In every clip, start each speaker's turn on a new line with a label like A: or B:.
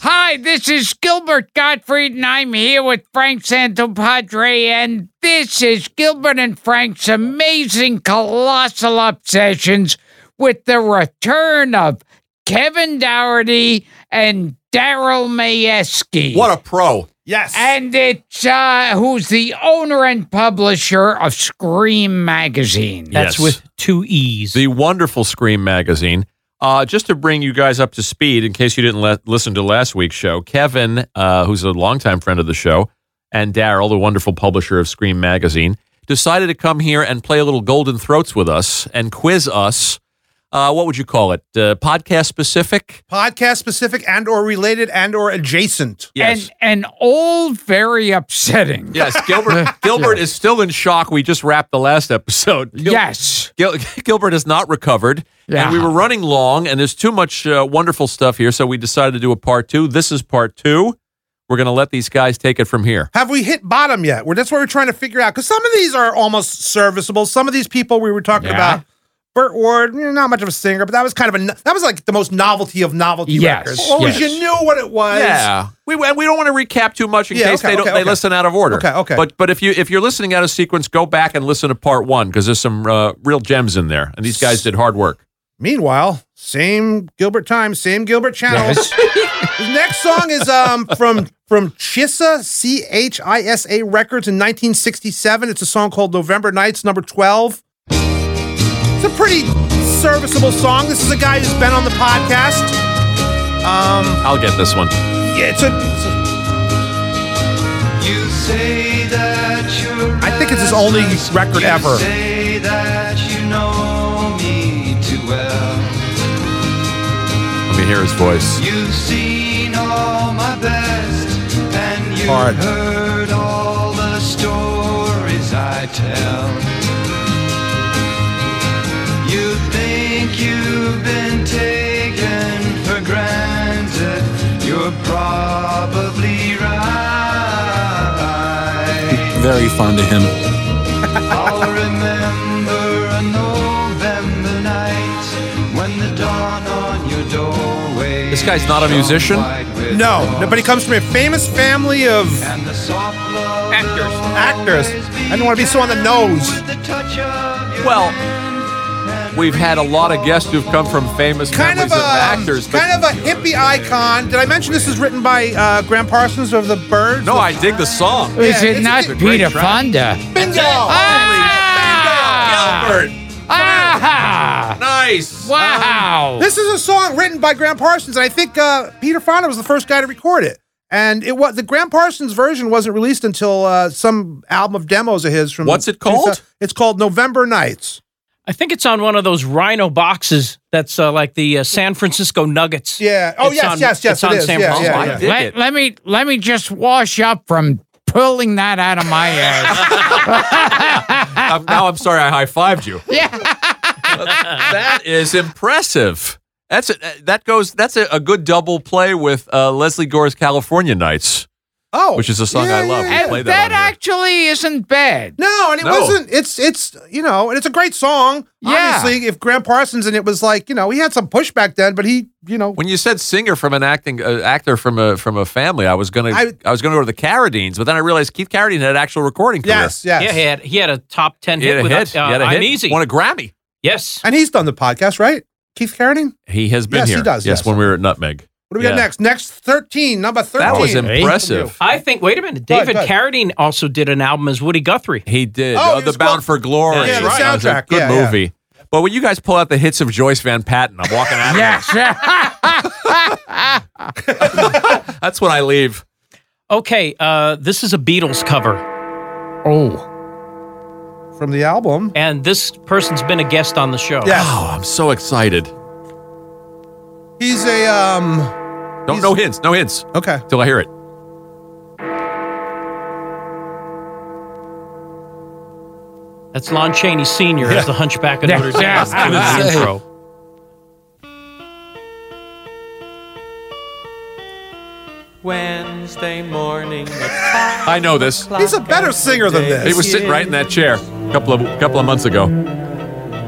A: Hi, this is Gilbert Gottfried, and I'm here with Frank Santopadre, and this is Gilbert and Frank's amazing colossal obsessions with the return of Kevin Dougherty and Daryl Mayeski.
B: What a pro.
C: Yes.
A: and it's uh, who's the owner and publisher of Scream magazine.
C: Yeah.
D: That's
C: Yes.
D: with two E's.
B: The wonderful Scream magazine. Uh, just to bring you guys up to speed, in case you didn't le- listen to last week's show, Kevin, uh, who's a longtime friend of the show, and Daryl, the wonderful publisher of Scream magazine, decided to come here and play a little Golden Throats with us and quiz us. Uh, what would you call it? Uh, podcast specific?
C: Podcast specific and or related and or adjacent.
A: And and all very upsetting.
B: yes. Gilbert. Gilbert is still in shock. We just wrapped the last episode. Gil-
A: yes.
B: Gil- Gilbert has not recovered,
A: Yeah.
B: and we were running long, and there's too much uh, wonderful stuff here, so we decided to do a part two. This is part two. We're going to let these guys take it from here.
C: Have we hit bottom yet? Where that's what we're trying to figure out. Because some of these are almost serviceable. Some of these people we were talking
A: Yeah.
C: about. Burt Ward, eh, not much of a singer, but that was kind of a no- that was like the most novelty of novelty
A: Yes,
C: records. Always
A: yes.
C: you knew what it was.
B: Yeah, we and we don't want to recap too much in
C: Yeah,
B: case
C: okay,
B: they don't
C: okay,
B: they
C: okay.
B: listen out of order.
C: Okay, okay.
B: But but if you if you're listening out of sequence, go back and listen to part one because there's some uh, real gems in there, and these guys did hard work.
C: Meanwhile, same Gilbert time, same Gilbert channel. The next song is um from from Chissa C H I S A Records in 1967. It's a song called November Nights, number 12. It's a pretty serviceable song. This is a guy who's been on the podcast. Um,
B: I'll get this one.
C: yeah, it's a. It's a I think it's his only record ever.
E: Say that you know me too well.
B: Let me hear his voice.
E: You've seen all my best, and you've
C: Hard.
E: heard all the stories I tell. You think you've been taken for granted. You're probably right.
F: Very fond of him.
E: I'll remember a November night when the dawn on your doorway.
B: This guy's not a
E: shone
B: musician?
E: white with
C: No,
E: dawn.
C: no, but he comes from a famous family of
E: And the soft love
A: Actors.
E: will
C: Actors.
E: always
C: I didn't wanna be so on the
E: down
C: nose.
E: with the touch of your
B: Well,
E: hand.
B: We've had a lot of guests who've come from famous
C: kind of
B: families
C: a um,
B: actors. but-
C: kind of a hippie icon. Did I mention this is written by uh, Graham Parsons of the Birds?
B: no, I dig the song.
A: Is
C: Yeah,
A: it
C: it's-
A: not
C: it's
B: a great
A: Peter
B: track.
A: Fonda?
C: Bingo!
A: Ah!
B: Gilbert,
A: Ah!
B: nice. Um,
A: Wow!
C: This is a song written by Graham Parsons, and I think uh, Peter Fonda was the first guy to record it. And it was the Graham Parsons version wasn't released until uh, some album of demos of his from.
B: What's it called?
C: It's called November Nights.
D: I think it's on one of those Rhino boxes. That's uh, like the uh, San Francisco Nuggets.
C: Yeah. Oh
D: It's
C: yes,
D: on-
C: yes, yes.
D: it's on
C: it is.
D: Sam
C: yeah,
D: Paul's
C: yeah,
B: line.
C: yeah.
B: Oh, Dig
A: let,
B: it.
A: let me let me just wash up from pulling that out of my ass.
B: I'm, now I'm sorry I high fived you.
A: yeah.
B: that is impressive. That's a, that goes. That's a, a good double play with uh, Leslie Gore's California Nights,
C: Oh,
B: which is a song I
C: yeah,
B: love. We
C: yeah, yeah.
B: play
A: And
B: that on
A: that
B: here.
A: actually isn't bad.
C: No, and it
B: No.
C: wasn't. It's it's you know, and it's a great song.
A: Yeah.
C: Obviously, if Graham Parsons and it was like you know he had some pushback then, but he you know
B: When you said singer from an acting uh, actor from a from a family, I was gonna I,
C: I-
B: was gonna go to the Carradines, but then I realized Keith Carradine had an actual recording career.
C: yes yes
D: Yeah, he had he had a top ten
B: he
D: hit
B: had a
D: with
B: hit.
D: Uh,
B: he had a
D: I'm
B: hit.
D: Easy.
B: Won a Grammy.
D: yes,
C: and he's done the podcast right. Keith Carradine.
B: He has been
C: Yes, he
B: here.
C: does, yes.
B: when we were at Nutmeg.
C: What do we got
B: Yeah.
C: next? Next thirteen, number thirteen.
B: That was
D: Hey.
B: impressive.
D: I think. Wait a minute,
C: Go ahead,
D: David
C: go ahead.
D: Carradine also did an album as Woody Guthrie.
B: He did.
C: Oh,
B: Oh,
C: he
B: the
C: was
B: Bound
C: called-
B: for Glory.
C: Yeah, the
B: That was a
C: soundtrack.
B: Good
C: Yeah, yeah.
B: movie. But when you guys pull out the hits of Joyce Van Patten, I'm walking out. yeah.
A: Yes.
B: That's when I leave.
D: Okay, uh, this is a Beatles cover,
A: oh.
C: from the album.
D: and this person's been a guest on the show.
C: Yeah.
B: Oh, I'm so excited.
C: He's a um.
B: Don't no hints, no hints
C: Okay.
B: till I hear it.
D: that's Lon Chaney Senior as the Hunchback of Notre Dame.
A: Yeah.
D: doing the intro.
G: Wednesday morning.
B: I know this.
C: He's a better singer than
B: He
C: this.
B: was sitting right in that chair a couple of couple of months ago.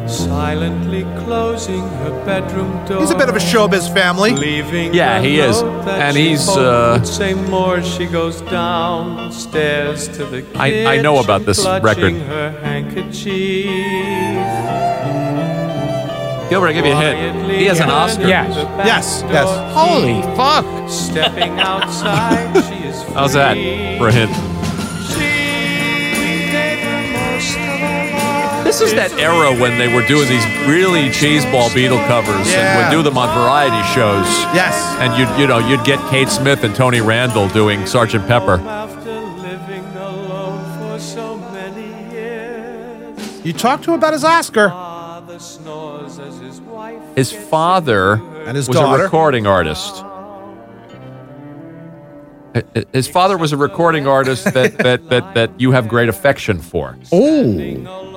F: silently closing her bedroom door.
C: He's a bit of a showbiz family.
F: Leaving
B: Yeah,
F: the
B: he is.
F: note that
B: And
F: she
B: he's,
F: hoped
B: uh,
F: would say more. as She goes downstairs to the kitchen,
B: I- I know about this record.
F: clutching Her handkerchief.
B: Gilbert, I give you a hint. He has an Oscar.
A: Yes.
C: Yes, yes.
A: Holy fuck.
F: Stepping outside, she is free.
B: How's that for a hint? This is that era when they were doing these really cheeseball Beatle covers
C: Yeah.
B: and would do them on variety shows.
C: Yes.
B: And you'd you know you'd get Kate Smith and Tony Randall doing Sergeant Pepper.
F: After living alone for so many years,
C: You talk to him about his Oscar.
F: father snores as his wife.
B: His father
C: And his
B: was
C: daughter.
B: a recording artist. Hi- hi- uh, His father was a recording artist that, that, that, that you have great affection for.
A: Oh.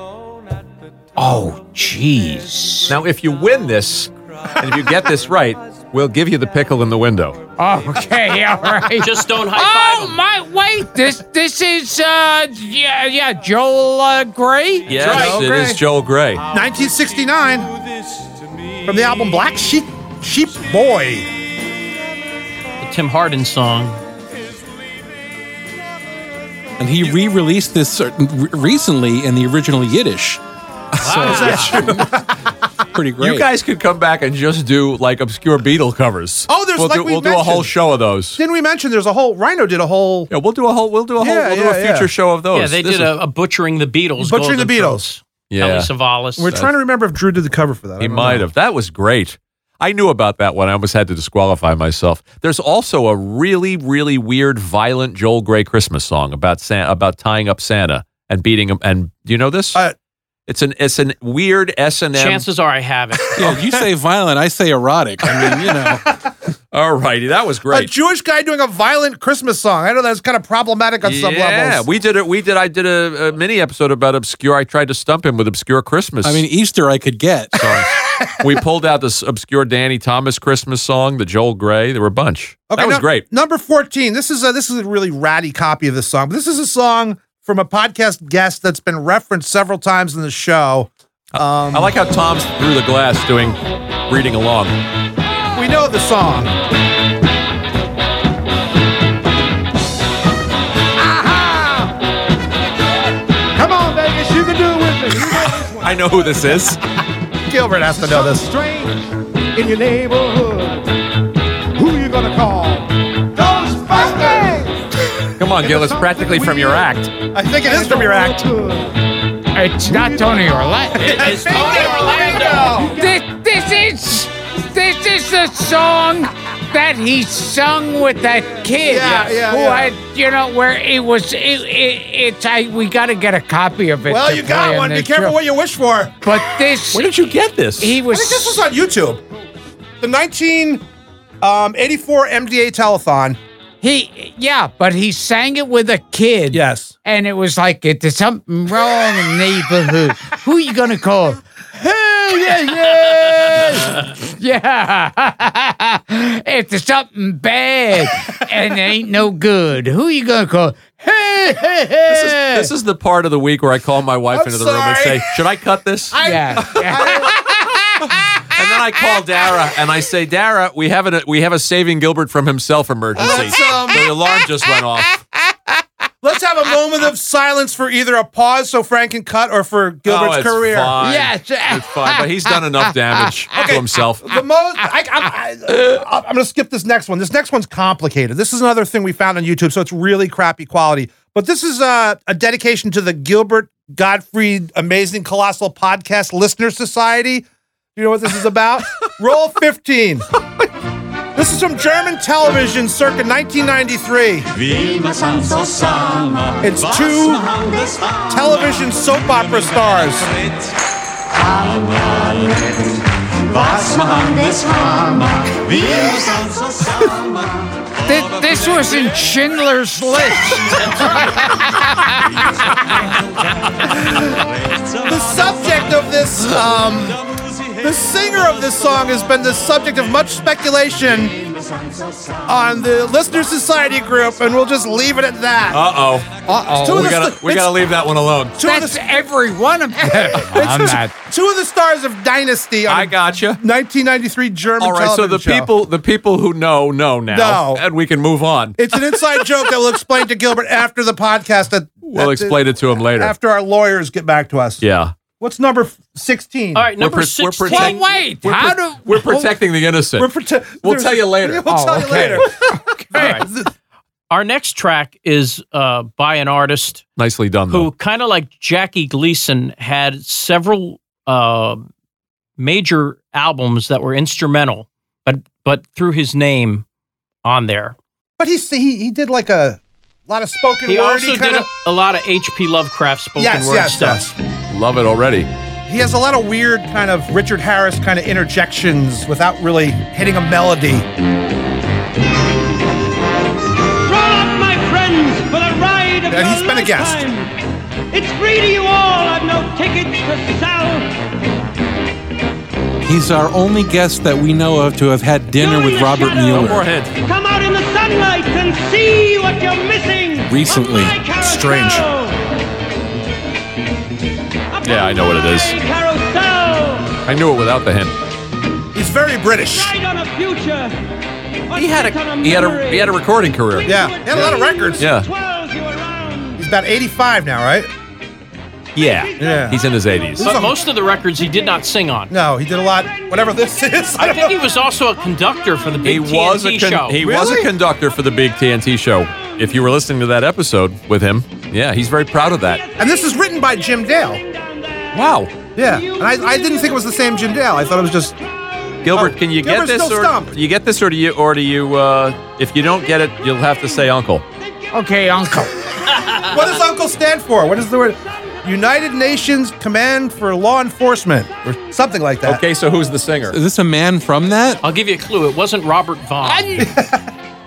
A: Oh, jeez.
B: Now, if you win this, and if you get this right, we'll give you the pickle in the window.
A: Okay, all right.
D: Just don't high
A: Oh
D: five him.
A: my! Wait, this this is uh yeah yeah Joel uh, Gray.
B: Yes, it is Joel Gray.
C: 1969
F: This to me.
C: from the album Black Sheep Sheep Boy. Oh!
D: The Tim Harden song.
G: And he re-released this certain, re- recently in the original Yiddish. So, pretty great.
B: You guys could come back and just do like obscure Beatle covers.
C: Oh, there's-
B: we'll
C: like
B: do,
C: we
B: we'll do a whole
C: mentioned.
B: show of those.
C: Didn't we mention there's a whole Rhino did a whole
B: Yeah, we'll do a whole we'll do a whole
C: Yeah,
B: we'll do a
C: yeah, yeah.
B: future show of those.
D: Yeah, they
B: Oh, This
D: did
B: is-
D: a, a butchering the Beatles.
C: Butchering the
D: Golden
C: Beatles.
B: yeah.
D: Ellie Savalas.
C: We're trying to remember if Drew did the cover for that. I
B: He
C: don't
B: might
C: know.
B: have. That was great. I knew about that one. I almost had to disqualify myself. There's also a really, really weird, violent Joel Gray Christmas song about San- about tying up Santa and beating him. And do you know this?
C: Uh,
B: it's an it's an weird S and M.
D: Chances are I haven't.
G: Yeah, you say violent, I say erotic. I mean, you know,
B: All righty, that was
C: A
B: great.
C: Jewish guy doing a violent Christmas song. I know that's kind of problematic on some
B: Yeah,
C: levels.
B: we did it. We did. I did a, a mini episode about obscure. I tried to stump him with obscure Christmas.
G: I mean Easter I could get.
B: songs. we pulled out this obscure Danny Thomas Christmas song, the Joel Gray. There were a bunch. that was
C: nu-
B: great.
C: Number 14. This is a this is a really ratty copy of this song. But this is a song from a podcast guest that's been referenced several times in the show.
B: I like how Tom's through the glass doing reading along.
C: We know the song. Come on, Vegas, you can do it with me. You know this
B: I know who this is.
C: one. Gilbert has to know this.
H: strange in your neighborhood. Who you gonna call? Ghostbusters!
B: Come on, Gil. It's practically from your act.
C: I think it is from your act.
A: It's not Tony Orlando.
D: It's Tony Orlando.
A: this, this is this is the song that he sung with that kid.
C: Yeah, yeah,
A: who
C: yeah.
A: had you know where it was. It, it, it's I we got to get a copy of it.
C: Well,
A: to
C: you
A: play
C: got
A: on
C: one. Be
A: this
C: careful
A: show.
C: what you wish for. I
A: But this
B: Where did you get this?
A: he was.
C: think this was on YouTube. The um, 1984 MDA telethon.
A: He yeah, but he sang it with a kid.
C: Yes.
A: And it was like it, there's something wrong in the neighborhood. Who you gonna call? Hey, yeah, yeah. yeah. if there's something bad and it ain't no good, who you gonna call? Hey, hey, hey.
B: This is, this is the part of the week where I call my wife
C: I'm
B: into the room and
C: sorry.
B: say, "Should I cut this?"
A: yeah. yeah.
B: and then I call Dara and I say, "Dara, we have a we have a saving Gilbert from himself emergency.
C: Let's, um,
B: the alarm just went off."
C: Let's have a moment of silence for either a pause so Frank can cut or for Gilbert's
B: oh, it's
C: career.
B: Fine.
A: Yes.
B: it's fine. But he's done enough damage to himself.
C: The most I, I, I, I'm going to skip this next one. This next one's complicated. This is another thing we found on YouTube, so it's really crappy quality. But this is uh, a, a dedication to the Gilbert Gottfried Amazing Colossal Podcast Listener Society. You know what this is about? Roll 15. This is from German television circa 1993. It's two television soap opera stars.
A: Thi- this was in Schindler's List.
C: The subject of this, um, the singer of this song has been the subject of much speculation on the Listener Society group, and we'll just leave it at that.
B: Uh oh.
A: Uh
C: Two
A: oh.
C: of
B: We
C: the
B: gotta
C: st-
B: we gotta
C: it's-
B: leave that one alone.
C: two of the
A: That's every one of them.
C: It's
A: I'm
C: just
A: not.
C: Two of the stars of Dynasty. On
B: I gotcha.
C: 1993 German
B: All right, so
C: television
B: the
C: show.
B: people the people who know know now,
C: No.
B: and we can move on.
C: It's an inside joke that we'll explain to Gilbert after the podcast. That
B: We'll explain it to him later.
C: after our lawyers get back to us.
B: yeah,
C: What's number 16?
D: All right, number
B: pre- we're
D: 16.
B: protect-
A: Well, wait.
B: we're,
A: how
B: pro-
A: do
B: we're protecting the innocent.
C: We're prote-
B: we'll
C: there's-
B: tell you later.
C: We'll
A: Oh,
C: tell you
A: okay.
C: later.
D: Our next track is uh, by an artist
B: Nicely done,
D: who
B: though.
D: kind of like Jackie Gleason had several uh, major albums that were instrumental, but but through his name on there.
C: But he's, he he did like a lot of spoken
D: He
C: word.
D: also
C: he
D: did
C: kinda,
D: a, a lot of H.P. Lovecraft spoken
C: yes,
D: word
C: yes,
D: stuff.
C: yes.
B: Love it already.
C: He has a lot of weird kind of Richard Harris kind of interjections without really hitting a melody.
I: Roll up, my friends, for the ride of
C: And
I: your
C: he's been a guest.
I: lifetime. It's free to you all. I've no tickets to sell.
G: He's our only guest that we know of to have had dinner
I: You're in
G: with
I: the
G: Robert
I: shadow.
G: Mueller.
I: Come out in the sunlight and see what you're missing.
G: Recently.
I: Up my carousel.
C: Strange.
I: Up
B: Yeah, I know what it is.
I: my Carousel.
B: I knew it without the hint.
C: He's very British.
I: Ride on a future. Or
B: He had
I: sit on
B: a he had a
I: memory.
B: he had a recording career.
C: Yeah, he had a lot of records.
B: Yeah.
I: Twirls you around.
C: He's about 85 now, right?
B: Yeah,
C: Yeah.
B: he's in his eighties.
D: But most of the records he did not sing on.
C: no, he did a lot. Whatever this is, I
D: I
C: don't
D: think
C: know.
D: he was also a conductor for the
B: He
D: big
B: was a
D: TNT show.
B: con- he was a
C: Really?
B: conductor for the big TNT show. If you were listening to that episode with him, yeah, he's very proud of that.
C: And this is written by Jim Dale.
B: Wow,
C: Yeah, and I, I didn't think it was the same Jim Dale. I thought it was just
B: Gilbert,
C: Oh,
B: can you
C: Gilbert's
B: get this
C: still
B: or
C: stumped.
B: you get this or do you or do you? Uh, if you don't get it, you'll have to say uncle.
A: Okay, Uncle.
C: what does Uncle stand for? What is the word? United Nations Command for Law Enforcement or something like that.
B: Okay, so who's the singer?
G: Is this a man from that?
D: I'll give you a clue. It wasn't Robert Vaughn.
A: Un-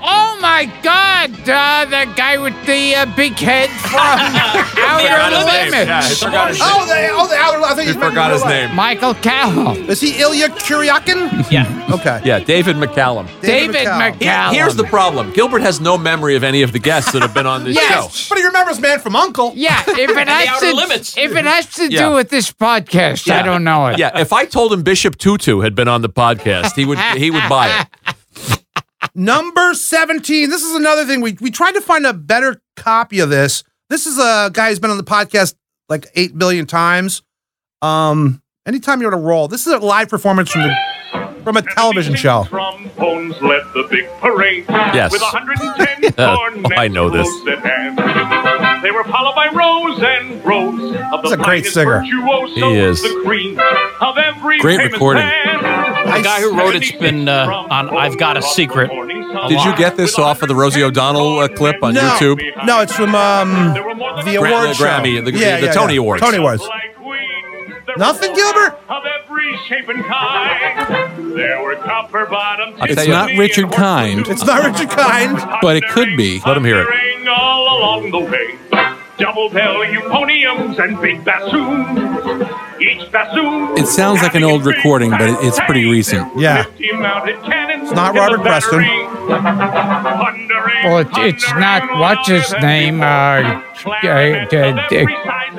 A: oh my God! Uh, the guy with the uh, big head from
B: Forgot his
A: Outer
B: name. Yeah, I
A: Limits,
B: forgot his name.
C: Oh, the oh the outer. I think
B: We
C: he's meant
B: forgot
C: to
B: his
C: realize.
B: name.
A: Michael Cowell,
C: Is he Ilya Kuryakin?
D: yeah.
C: Okay.
B: Yeah, David McCallum.
A: David
C: McCall.
A: McCallum.
B: Here's the problem. Gilbert has no memory of any of the guests that have been on this
A: Yes.
B: show.
C: But he remembers Man from Uncle.
A: Yeah, if it has
D: outer
A: to,
D: limits.
A: if it has to
B: Yeah.
A: do with this podcast, I
B: Yeah.
A: don't know it.
B: Yeah, if I told him Bishop Tutu had been on the podcast, he would he would buy it.
C: Number 17. This is another thing. We, we tried to find a better copy of this. This is a guy who's been on the podcast like 8 billion times. Um, anytime you're on a roll, this is a live performance from the from a television show.
J: Trombones led the big parade.
B: Yes.
J: With 110
B: Oh,
J: cornets,
B: I know this.
J: rose and hands. They were followed by rows and rows of the
C: He's a great
J: finest
C: singer.
J: virtuosos,
B: He is.
J: The cream of every
G: Great
J: famous
G: recording.
J: band.
D: The guy who wrote it's been uh, on I've Got a Secret.
B: Did you get this off of the Rosie O'Donnell uh, clip on
C: No,
B: YouTube?
C: no, it's from um, the
J: Gra-
C: award
B: the
C: show.
B: Grammy, the- the Tony Awards.
C: Tony Awards.
J: Like weed, there
C: Nothing,
J: were
C: Gilbert?
J: Of every shape and kind. There were copper bottoms.
B: I'll tell
G: It's
B: you-
G: not Richard Kind.
C: It's not Richard Kind.
G: but it could be.
B: Let him hear it.
J: Pondering all along the way. Double bell euphoniums and big bassoons. Each bassoon.
G: It sounds like an
J: having
G: old
J: its
G: recording, but it- it's pretty
J: bang.
G: recent.
C: Yeah.
J: It's
C: not Robert Preston.
A: Well, it- it's not what's his name, uh, uh, uh,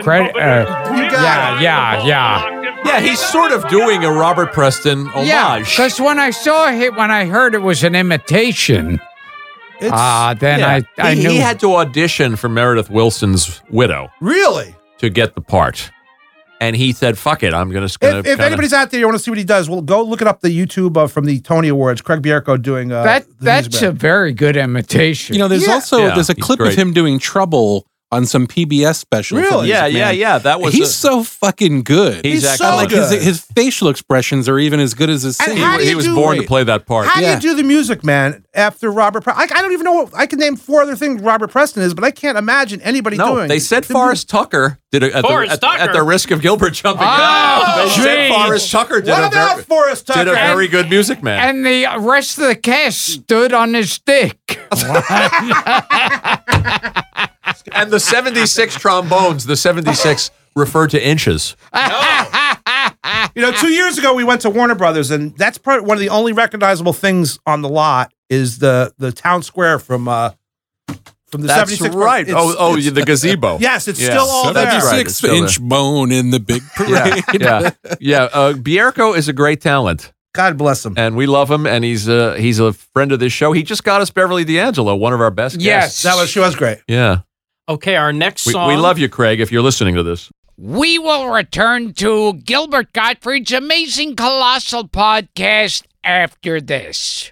A: credit- uh,
C: yeah,
A: yeah, yeah.
B: Yeah, he's sort of doing a Robert Preston
A: Yeah,
B: homage.
A: because when I saw it, when I heard it was an imitation,
C: It's
A: ah, then
B: Yeah.
A: I, I
B: he,
A: knew.
B: he had to audition for Meredith Wilson's widow
C: really.
B: to get the part, and he said, "Fuck it, I'm gonna." just
C: If,
B: gonna
C: if
B: kinda-
C: anybody's out there, you want to see what he does, well, go look it up the YouTube of, from the Tony Awards. Craig Bierko doing uh,
A: that
C: the music
A: that's
C: video.
A: a very good imitation.
G: You know, there's
C: Yeah.
G: also
B: Yeah,
G: there's a
B: he's
G: clip
B: great.
G: of him doing trouble on some PBS special. for
C: Really?
G: Music
B: yeah, yeah,
G: Man.
B: yeah, that was.
G: He's
B: a-
G: so fucking good.
B: He's
C: He's so
B: excellent.
G: like his, his facial expressions are even as good as his
C: And
G: singing.
C: how do
B: he
C: you
B: was
C: do-
B: born to play that part.
C: How
G: Yeah.
C: do you do the music, man? After Robert, Pre- I, I don't even know. What, I can name four other things Robert Preston is, but I can't imagine anybody
B: no,
C: doing.
B: they said Forrest Tucker did a, at,
D: Forrest
B: the, at, at
D: Tucker?
B: the risk of Gilbert jumping.
A: Oh,
B: in. They said
A: geez.
B: Forrest Tucker did
C: What
B: a
C: about
B: very,
C: Forrest Tucker?
B: did a very good music man.
A: and the rest of the cast stood on his dick.
B: And the 76 trombones, the 76 refer to inches.
C: you You know, two years ago we went to Warner Brothers, and that's probably one of the only recognizable things on the lot is the the town square from uh from the
B: That's
C: 76
B: right.
C: It's-
B: oh, oh,
C: it's-
B: the gazebo.
C: Yes, it's
B: Yeah.
C: still all there.
B: That's right, it's
G: 76
B: still there.
G: inch bone in the big
B: Yeah,
G: parade.
B: yeah, yeah. Uh, Bierko is a great talent,
C: God bless him.
B: and we love him, and he's a he's a friend of this show. He just got us Beverly D'Angelo, one of our best guests.
A: Yes.
C: That was she was great.
B: Yeah,
D: Okay, our next
B: we,
D: song.
B: we love you, Craig. If you're listening to this,
A: We will return to Gilbert Gottfried's amazing colossal podcast after this.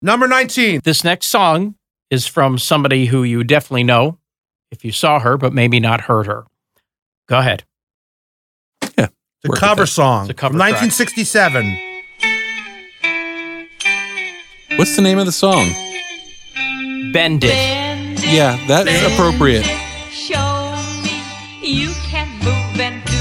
C: Number 19.
D: This next song is from somebody who you definitely know if you saw her, but maybe not heard her. Go ahead.
C: The
G: Work with
C: cover
G: that.
C: song.
D: It's a cover
C: from
D: track.
C: 1967.
G: What's the name of the song?
D: Bend it.
G: Yeah, that is appropriate.
K: Show me you can move and do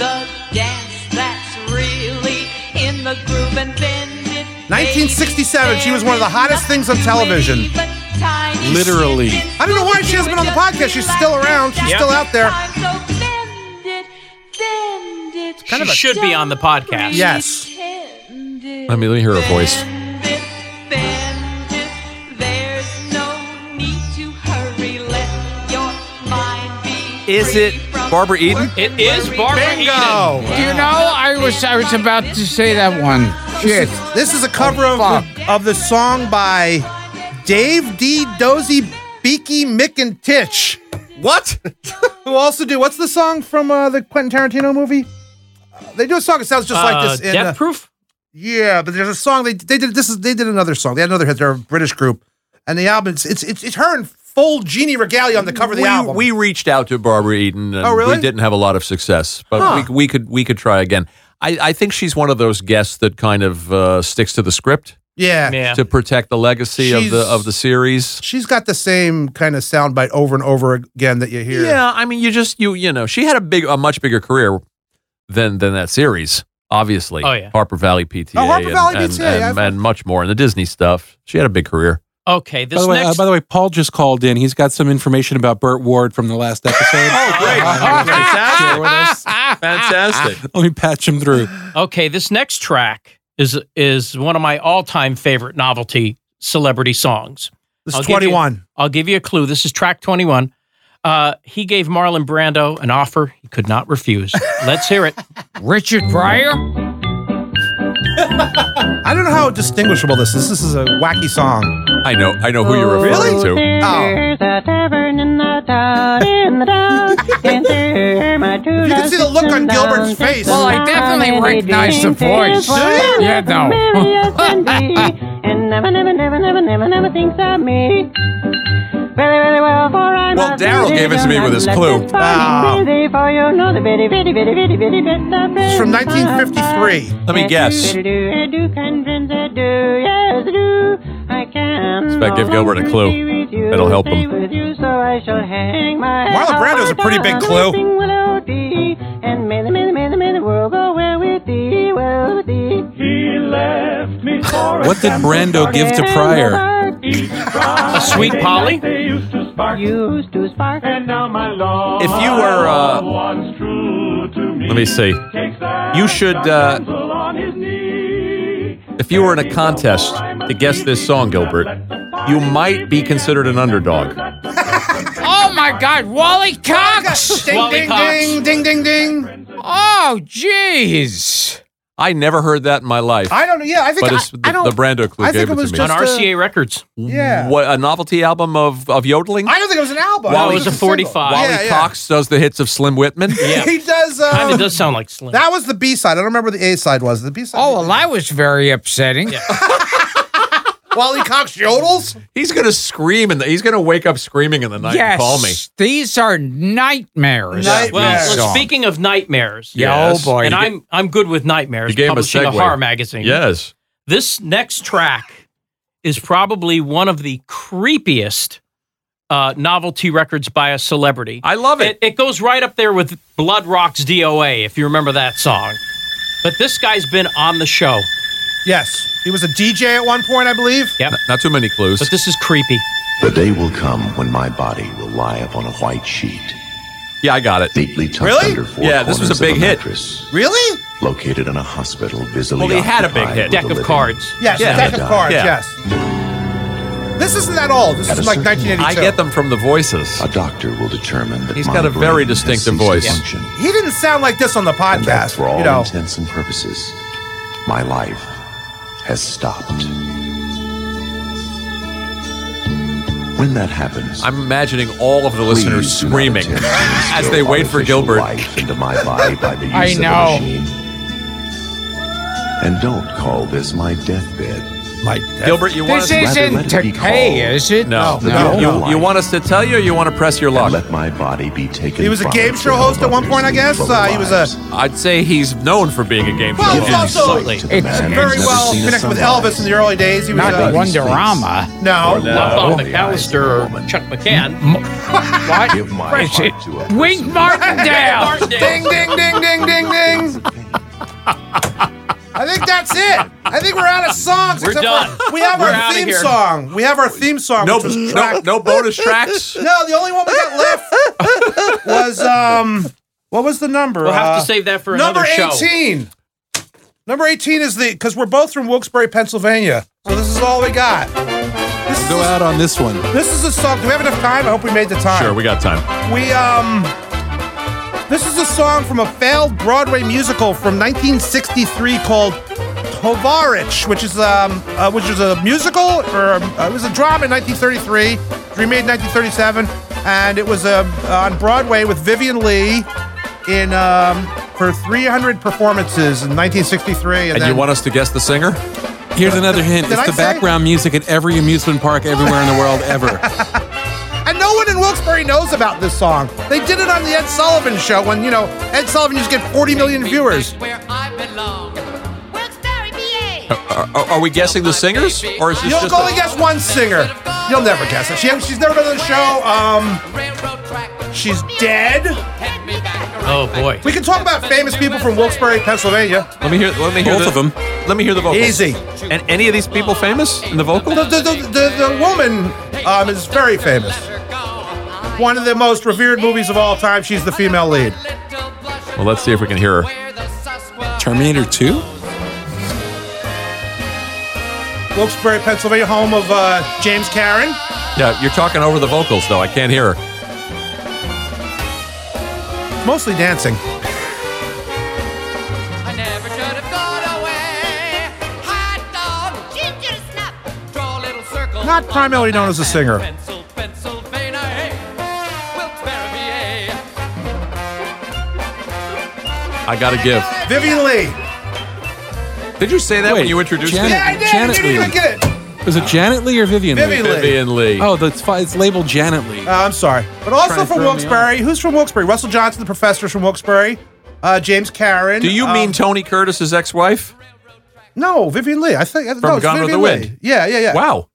K: the dance that's really in the groove and bend it.
C: 1967. She was one of the hottest things on television.
K: But tiny
G: Literally.
C: I don't know why she hasn't been on the podcast. She's still around. She's
D: Yep.
C: still out there.
K: time, so bend it, bend it.
D: She should be on the podcast.
C: Yes.
K: Bend it,
B: I mean, let me hear her voice.
K: bend it, bend it. There's no need to hurry. Let your mind be
B: Is
K: free
B: it
K: from
B: Barbara Eden?
D: It is Barbara Eden.
C: Bingo.
A: You know, I was I was about to say that one. Shit.
C: This is a cover of, the, of the song by Dave D. Dozy, Beaky, Mick, and Titch.
B: What?
C: Who also do what's the song from uh, the Quentin Tarantino movie? Uh, they do a song that sounds just like this.
D: Uh,
C: In,
D: Death
C: uh,
D: Proof?
C: yeah, but there's a song they they did this is they did another song. They had another hit. They're a British group, and the album it's it's it's, it's her and full Jeannie Regalia on the cover of the
B: we,
C: album.
B: we reached out to Barbara Eden. And
C: Oh, really?
B: We didn't have a lot of success, but
C: Huh.
B: we, we could we could try again. I, I think she's one of those guests that kind of uh, sticks to the script
C: yeah.
D: Yeah.
B: to protect the legacy of the
C: She's-
B: of the series.
C: She's got the same kind of soundbite over and over again that you hear.
B: Yeah, I mean, you just you you know, she had a big, a much bigger career than than that series. Obviously,
D: Oh, yeah.
B: Harper Valley PTA,
C: Oh, Harper
B: and,
C: Valley
B: and,
C: PTA,
B: and-
C: I've-
B: and much more, and the Disney stuff. She had a big career.
D: Okay, this
G: By the, way, uh,
D: next
G: by the way, Paul just called in. He's got some information about Burt Ward from the last episode. oh,
B: great.
G: Share with us.
B: Fantastic!
G: Let me patch him through.
D: Okay, this next track is is one of my all-time favorite novelty celebrity songs.
C: This
D: I'll
C: is
D: give you-
C: 21.
D: I'll give you a clue. This is track 21. Uh, he gave Marlon Brando an offer he could not refuse. Let's hear it.
A: Richard Pryor?
C: I don't know how distinguishable this is. This is a wacky song.
B: I know, I know who you're referring to.
C: Oh. You can see the look on Gilbert's face.
A: Well, I definitely recognize the voice. Oh Yeah, no.
B: Well, Daryl gave it to me with his clue.
C: Wow. It's from 1953.
B: Let me guess. It's about give Gilbert a clue. That'll help him.
C: Marlon Brando's a pretty big clue.
G: What did Brando give to Pryor?
D: A sweet Polly?
B: If you were, uh, let me see. You should, uh, if you were in a contest to guess this song, Gilbert, you might be considered an underdog.
A: oh my God, Wally Cox!
C: Ding,
D: Wally
C: ding,
D: Cox.
C: ding, ding, ding, ding.
A: Oh, jeez.
B: I never heard that in my life.
C: I don't know. Yeah, I think
B: But
C: I,
B: it's the-
C: I don't,
B: the Brando clue
C: I think
B: gave it to
C: was
B: me.
D: On
C: Just a-
D: RCA Records.
C: Yeah.
B: What a novelty album of of yodeling.
C: I don't think it was an album.
D: Well,
C: I
D: it
C: think
D: was a
C: single.
D: 45.
B: Wally
C: Yeah, yeah.
B: Cox does the hits of Slim Whitman.
D: Yeah.
C: He does. Um,
D: Kind of does sound like Slim.
C: That was the B side. I don't remember what the A side was. The B side.
A: Oh, well, that was very upsetting.
C: While he cocks yodels?
B: He's going to scream and he's going to wake up screaming in the night
A: yes,
B: and call me.
A: these are nightmares.
D: Well,
A: these
D: well,
A: songs.
D: speaking of nightmares,
A: Yeah, oh, boy.
D: and
A: You
D: I'm I'm good with nightmares.
B: you gave him a
D: publishing a,
B: segue.
D: horror magazine.
B: Yes.
D: This next track is probably one of the creepiest uh, novelty records by a celebrity. I
B: love
D: it. it. goes right up there with Blood Rock's DOA, if you remember that song. But this guy's been on the show.
C: Yes. He was a DJ at one point, I believe.
D: Yep.
B: Not too many clues. But
D: this is creepy.
L: The day will come when my body will lie upon a white sheet.
B: Yeah, I got it.
L: Deeply tucked
B: Really?
L: under four
B: Yeah, this was a
L: corners
B: big
L: of a
B: hit.
L: mattress,
C: Really?
L: Located in a hospital busily
B: Well, he had a big
L: occupied
B: hit.
L: with
B: Deck
L: the
B: of
L: living.
B: Cards.
C: Yes,
B: Yeah.
C: Deck of Cards,
B: Yeah.
C: yes. This isn't that old. This
L: At
C: is
L: a
C: like
L: certain-
C: 1982.
B: I get them from the voices.
L: A doctor will determine that
B: He's
L: my
B: got a
L: brain
B: very
L: has
B: distinctive
L: ceased to
B: voice.
L: function.
C: He didn't sound like this on the
L: That
C: podcast.
L: for all
C: you know,
L: intents and purposes, my life has stopped. When that happens,
B: I'm imagining all of the
L: Please
B: listeners
L: do not
B: screaming
L: attempt to
B: as
L: instill
B: they wait for
L: artificial
B: Gilbert.
L: life into my body by the use
A: I
L: of a
A: know.
L: machine. And don't call this my deathbed.
C: My
B: Gilbert, you want
A: This isn't decay, is it?
B: No.
L: No.
B: You- You, you want us to tell you or you want to press your luck?
L: Let my body be taken.
C: he was a game show host at one point, I guess. Uh, he was a.
B: I'd say he's known for being a game show.
C: Well, he's
B: host.
C: also it's very well connected with Elvis in the early days. He was
A: Not
C: uh,
A: Wonderama.
C: No.
D: Bob McAllister or Chuck McCann.
A: What?
L: Give my
A: Is it
L: heart to a
A: Wink Martindale.
C: ding, ding, ding, ding, ding, ding. I think that's it. I think we're out of songs.
D: We're
C: except
D: done.
C: for- we have
D: We're
C: our
D: outta
C: theme
D: here.
C: song. We have our theme song.
B: No,
C: which was
B: no, no bonus tracks.
C: No, the only one we got left was um, what was the number?
D: We'll have to
C: Uh,
D: save that for
C: number
D: another show.
C: eighteen. Number eighteen is the because we're both from Wilkes-Barre, Pennsylvania, so this is all we got.
G: Go out on this one.
C: This is a song. Do we have enough time? I hope we made the time.
B: Sure, we got time.
C: We um This is a song from a failed Broadway musical from 1963 called Tovarich, which is um uh, which is a musical or uh, it was a drama in 1933, remade in 1937, and it was uh, on Broadway with Vivian Lee in um for 300 performances in 1963 and,
B: And
C: then,
B: you want us to guess the singer?
G: Here's another hint.
C: Did
G: It's
C: I
G: the
C: say-
G: background music at every amusement park everywhere in the world ever.
C: And no one in Wilkes-Barre knows about this song. They did it on the Ed Sullivan show when, you know, Ed Sullivan used to get 40 million viewers.
K: Where I belong. Wilkes-Barre, PA.
B: Are, are- are we guessing the singers? Or is this
C: You'll
B: just
C: go
B: a-
C: and guess one singer. You'll never guess it. She, she's never been on the show. Um, she's dead.
D: Oh boy.
C: We can talk about famous people from Wilkes-Barre, Pennsylvania.
B: Let me hear. Let me hear
G: Both
B: the,
G: of 'em.
B: Let me hear the vocals.
C: Easy.
B: And any of these people famous in the vocal?
C: The, the, the, the, the woman um, is very famous. One of the most revered movies of all time. She's the female lead.
B: Well, let's see if we can hear her.
G: Terminator 2?
C: Wilkes-Barre, Pennsylvania, home of uh, James Karen.
B: Yeah, you're talking over the vocals though. I can't hear her.
C: Mostly dancing.
K: I never should have gone away. Hot dog, ginger snap. Draw a little circle.
C: Not primarily known as a singer.
K: Pencil, Pennsylvania. Hey, Wilkes-Barre, PA.
B: I gotta give.
C: Vivian Lee.
B: Did you say that when
G: Wait,
B: you introduced
G: Janet-
B: me?
C: Yeah, I did.
G: Janet
C: you didn't even
G: Leigh.
C: get it. Uh,
G: Was it Janet Lee or Vivian Lee?
C: Vivian Lee.
B: Vivian Lee.
G: Oh, that's fi- it's labeled Janet Lee.
C: Uh, I'm sorry. But also
G: Trying to
C: from
G: throw me
C: Wilkes-Barre. Who's from Wilkes-Barre? Russell Johnson, the professor's from Wilkes-Barre. Uh, James Karen.
B: Do you
C: um,
B: mean Tony Curtis's ex-wife?
C: No, Vivian Lee. I think no, it's
B: Gone with
C: Vivian
B: the
C: Leigh.
B: Wind.
C: Yeah, yeah, yeah.
B: Wow.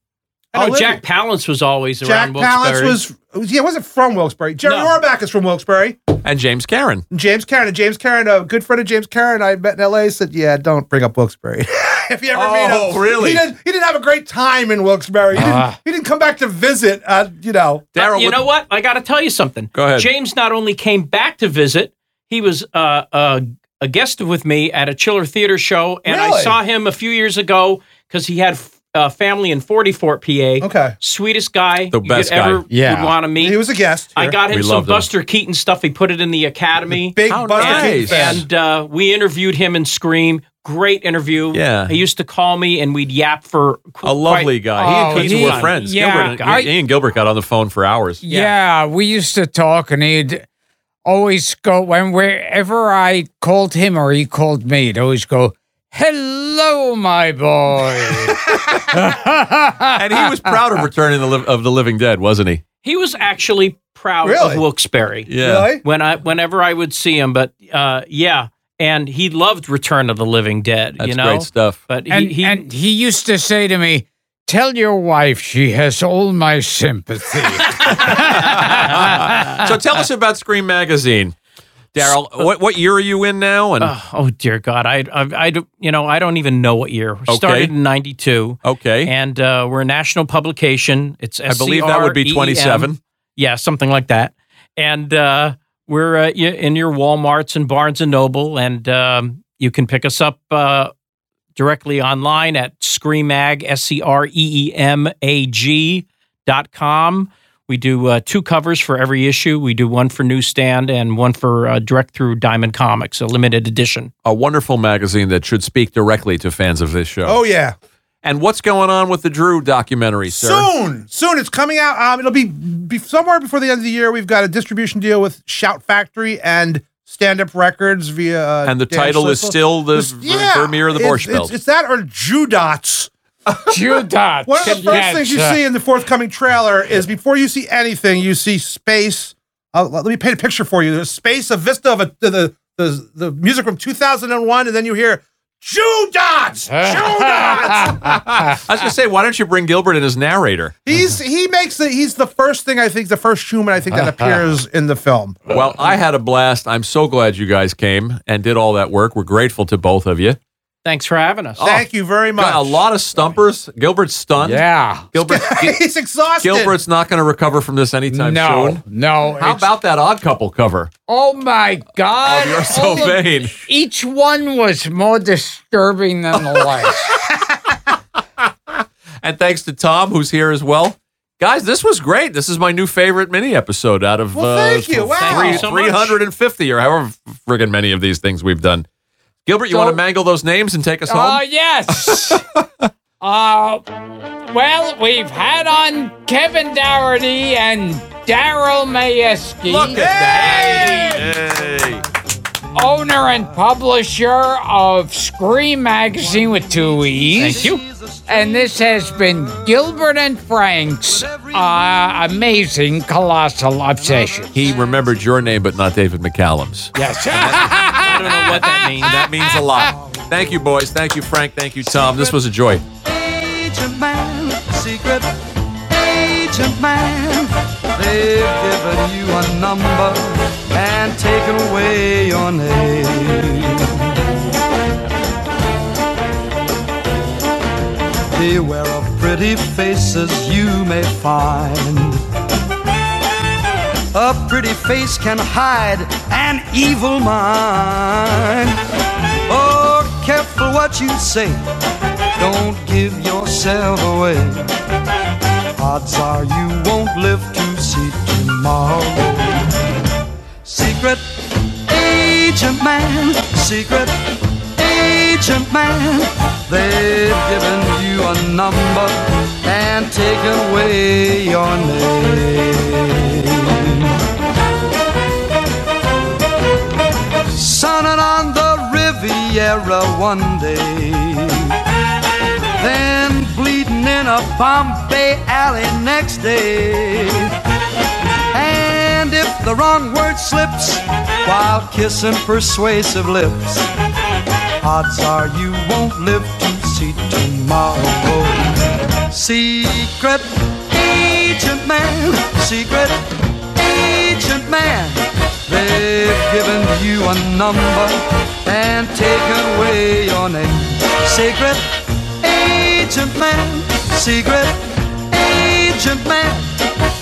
D: I know
C: Olivia-
D: Oh, Jack Palance was always
C: Jack
D: around
C: Palance
D: Wilkes-Barre.
C: was yeah, wasn't from Wilkes-Barre. Jerry
D: No.
C: Orbach is from Wilkes-Barre.
B: And James Karen.
C: And James Karen. And James Karen, a good friend of James Karen, I met in L.A. Said, "Yeah, don't bring up Wilkes-Barre." if you ever meet
B: Oh,
C: him,
B: really?
C: He didn't. He didn't have a great time in Wilkes-Barre. He,
A: Ah.
C: didn't, he didn't come back to visit. Uh, you know,
D: Uh,
B: Daryl.
D: you know what? I got to tell you something.
B: Go ahead.
D: James not only came back to visit, he was uh, uh, a guest with me at a Chiller Theater show, and I
C: Really?
D: saw him a few years ago because he had uh, family in 40 Fort PA.
C: Okay.
D: Sweetest guy
B: The
D: you
B: best
D: could
B: guy.
D: ever
A: Yeah.
D: would want to meet.
C: he was a guest.
D: I
C: here.
D: got him
B: We
D: some
B: loved him.
D: Buster Keaton stuff. He put it in the Academy.
C: big
B: How
C: Buster
B: nice.
C: Keaton fan.
D: and uh, we interviewed him in Scream. Great interview.
B: Yeah.
D: He used to call me and we'd yap for qu-
B: A lovely
D: quite-
B: guy.
A: Oh,
B: he and Keaton
A: he-
B: were friends.
A: yeah,
B: Gilbert and,
A: I-
B: he and Gilbert got on the phone for hours.
D: Yeah.
A: Yeah. we used to talk, and he'd always go when wherever I called him or he called me, he'd always go, "Hello, my boy."
B: and he was proud of returning the Liv- of the Living Dead, wasn't he?
D: He was actually proud
B: Really?
D: of Wilkes-Barre.
B: Yeah. Really?
D: When I whenever I would see him, but uh, yeah, and he loved Return of the Living Dead. you
A: That's
D: know,
A: great
B: stuff.
D: But he,
A: and,
D: he
A: and he used to say to me, "Tell your wife she has all my sympathy."
B: so tell us about Scream Magazine, Daryl. What what year are you in now? And
D: Oh, oh dear God, I, I, I, don't- you know, I don't even know what year. We Started in '92.
B: Okay,
D: and uh, we're a national publication. It's
B: I believe that would be
D: SCREEM.
B: 27.
D: E Yeah, something like that. And uh, we're uh, y- in your WalMarts and Barnes and Noble, and um, you can pick us up uh, directly online at Screamag S C R E E M A G dot com. We do uh, two covers for every issue. We do one for newsstand and one for uh, direct through Diamond Comics, a limited edition.
B: a wonderful magazine that should speak directly to fans of this show.
C: Oh yeah.
B: And what's going on with the Drew documentary, sir?
C: Soon, soon it's coming out. Um, it'll be, be somewhere before the end of the year. We've got a distribution deal with Shout Factory and Stand Up Records via. Uh,
B: And the
C: Dan
B: title is
C: Schlissel.
B: still the
C: It's-
B: Ver- Vermeer of the
C: it's-
B: Borscht
C: it's-
B: Belt.
C: It's, that or Judots.
A: Judots.
C: One of the first
A: Yes,
C: things you
A: uh,
C: see in the forthcoming trailer is before you see anything, you see space. Uh, let let me paint a picture for you. There's space, a vista of a, the, the the the music from 2001, and then you hear Judots, Judots.
B: I was going to say, why don't you bring Gilbert in as narrator?
C: He's he makes the he's the first thing I think the first human I think
B: Uh-huh.
C: that appears in the film.
B: Well, I had a blast. I'm so glad you guys came and did all that work. We're grateful to both of you.
D: Thanks for having us.
C: Thank you very much.
B: Oh, Got a lot of stumpers. Gilbert's stunned.
A: Yeah.
B: Gilbert,
C: he's exhausted.
B: Gilbert's not going to recover from this anytime
A: No,
B: soon.
A: No.
B: How
A: it's-
B: about that odd couple cover?
A: Oh my God!
B: Oh, you're so
A: All of-
B: vain.
A: Each one was more disturbing than the last.
B: And thanks to Tom, who's here as well. Guys, this was great. This is my new favorite mini episode out of uh,
C: Well, thank you. Wow. Thank you so much.
B: 350 or however friggin' many of these things we've done. Gilbert, you want to mangle those names and take us
A: Oh
B: home?
A: yes. uh, well, we've had on Kevin Dougherty and Daryl Mayeski.
B: Look at that. Hey.
A: Owner and publisher of Scream Magazine with two E's.
D: Thank you.
A: And this has been Gilbert and Frank's uh, amazing colossal obsession.
B: He remembered your name, but not David McCallum's.
A: Yes.
D: I don't know what that means.
B: Oh, That means a lot. Thank you, boys. Thank you, Frank. Thank you, Tom. This was a joy.
E: Agent man, secret agent man. They've given you a number and taken away your name. Beware of pretty faces you may find. A pretty face can hide an evil mind. Oh, careful what you say. Don't give yourself away. Odds are you won't live to see tomorrow. Secret agent man, secret agent man. They've given you a number and taken away your name. Sunning on the Riviera one day then bleeding in a Bombay alley next day. And if the wrong word slips while kissing persuasive lips, odds are you won't live to see tomorrow. Secret agent man, secret agent man, they've given you a number and taken away your name. Secret agent man, secret agent man.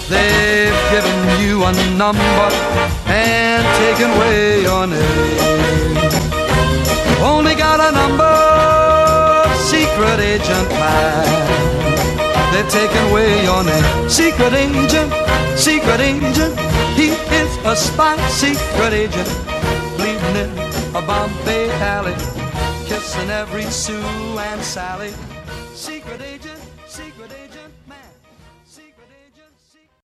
E: They've given you a number and taken away your name. Only got a number, secret agent man. They've taken away your name. Secret agent, secret agent. He is a spy, secret agent. Bleeding in a Bombay alley. Kissing every Sue and Sally. Secret agent.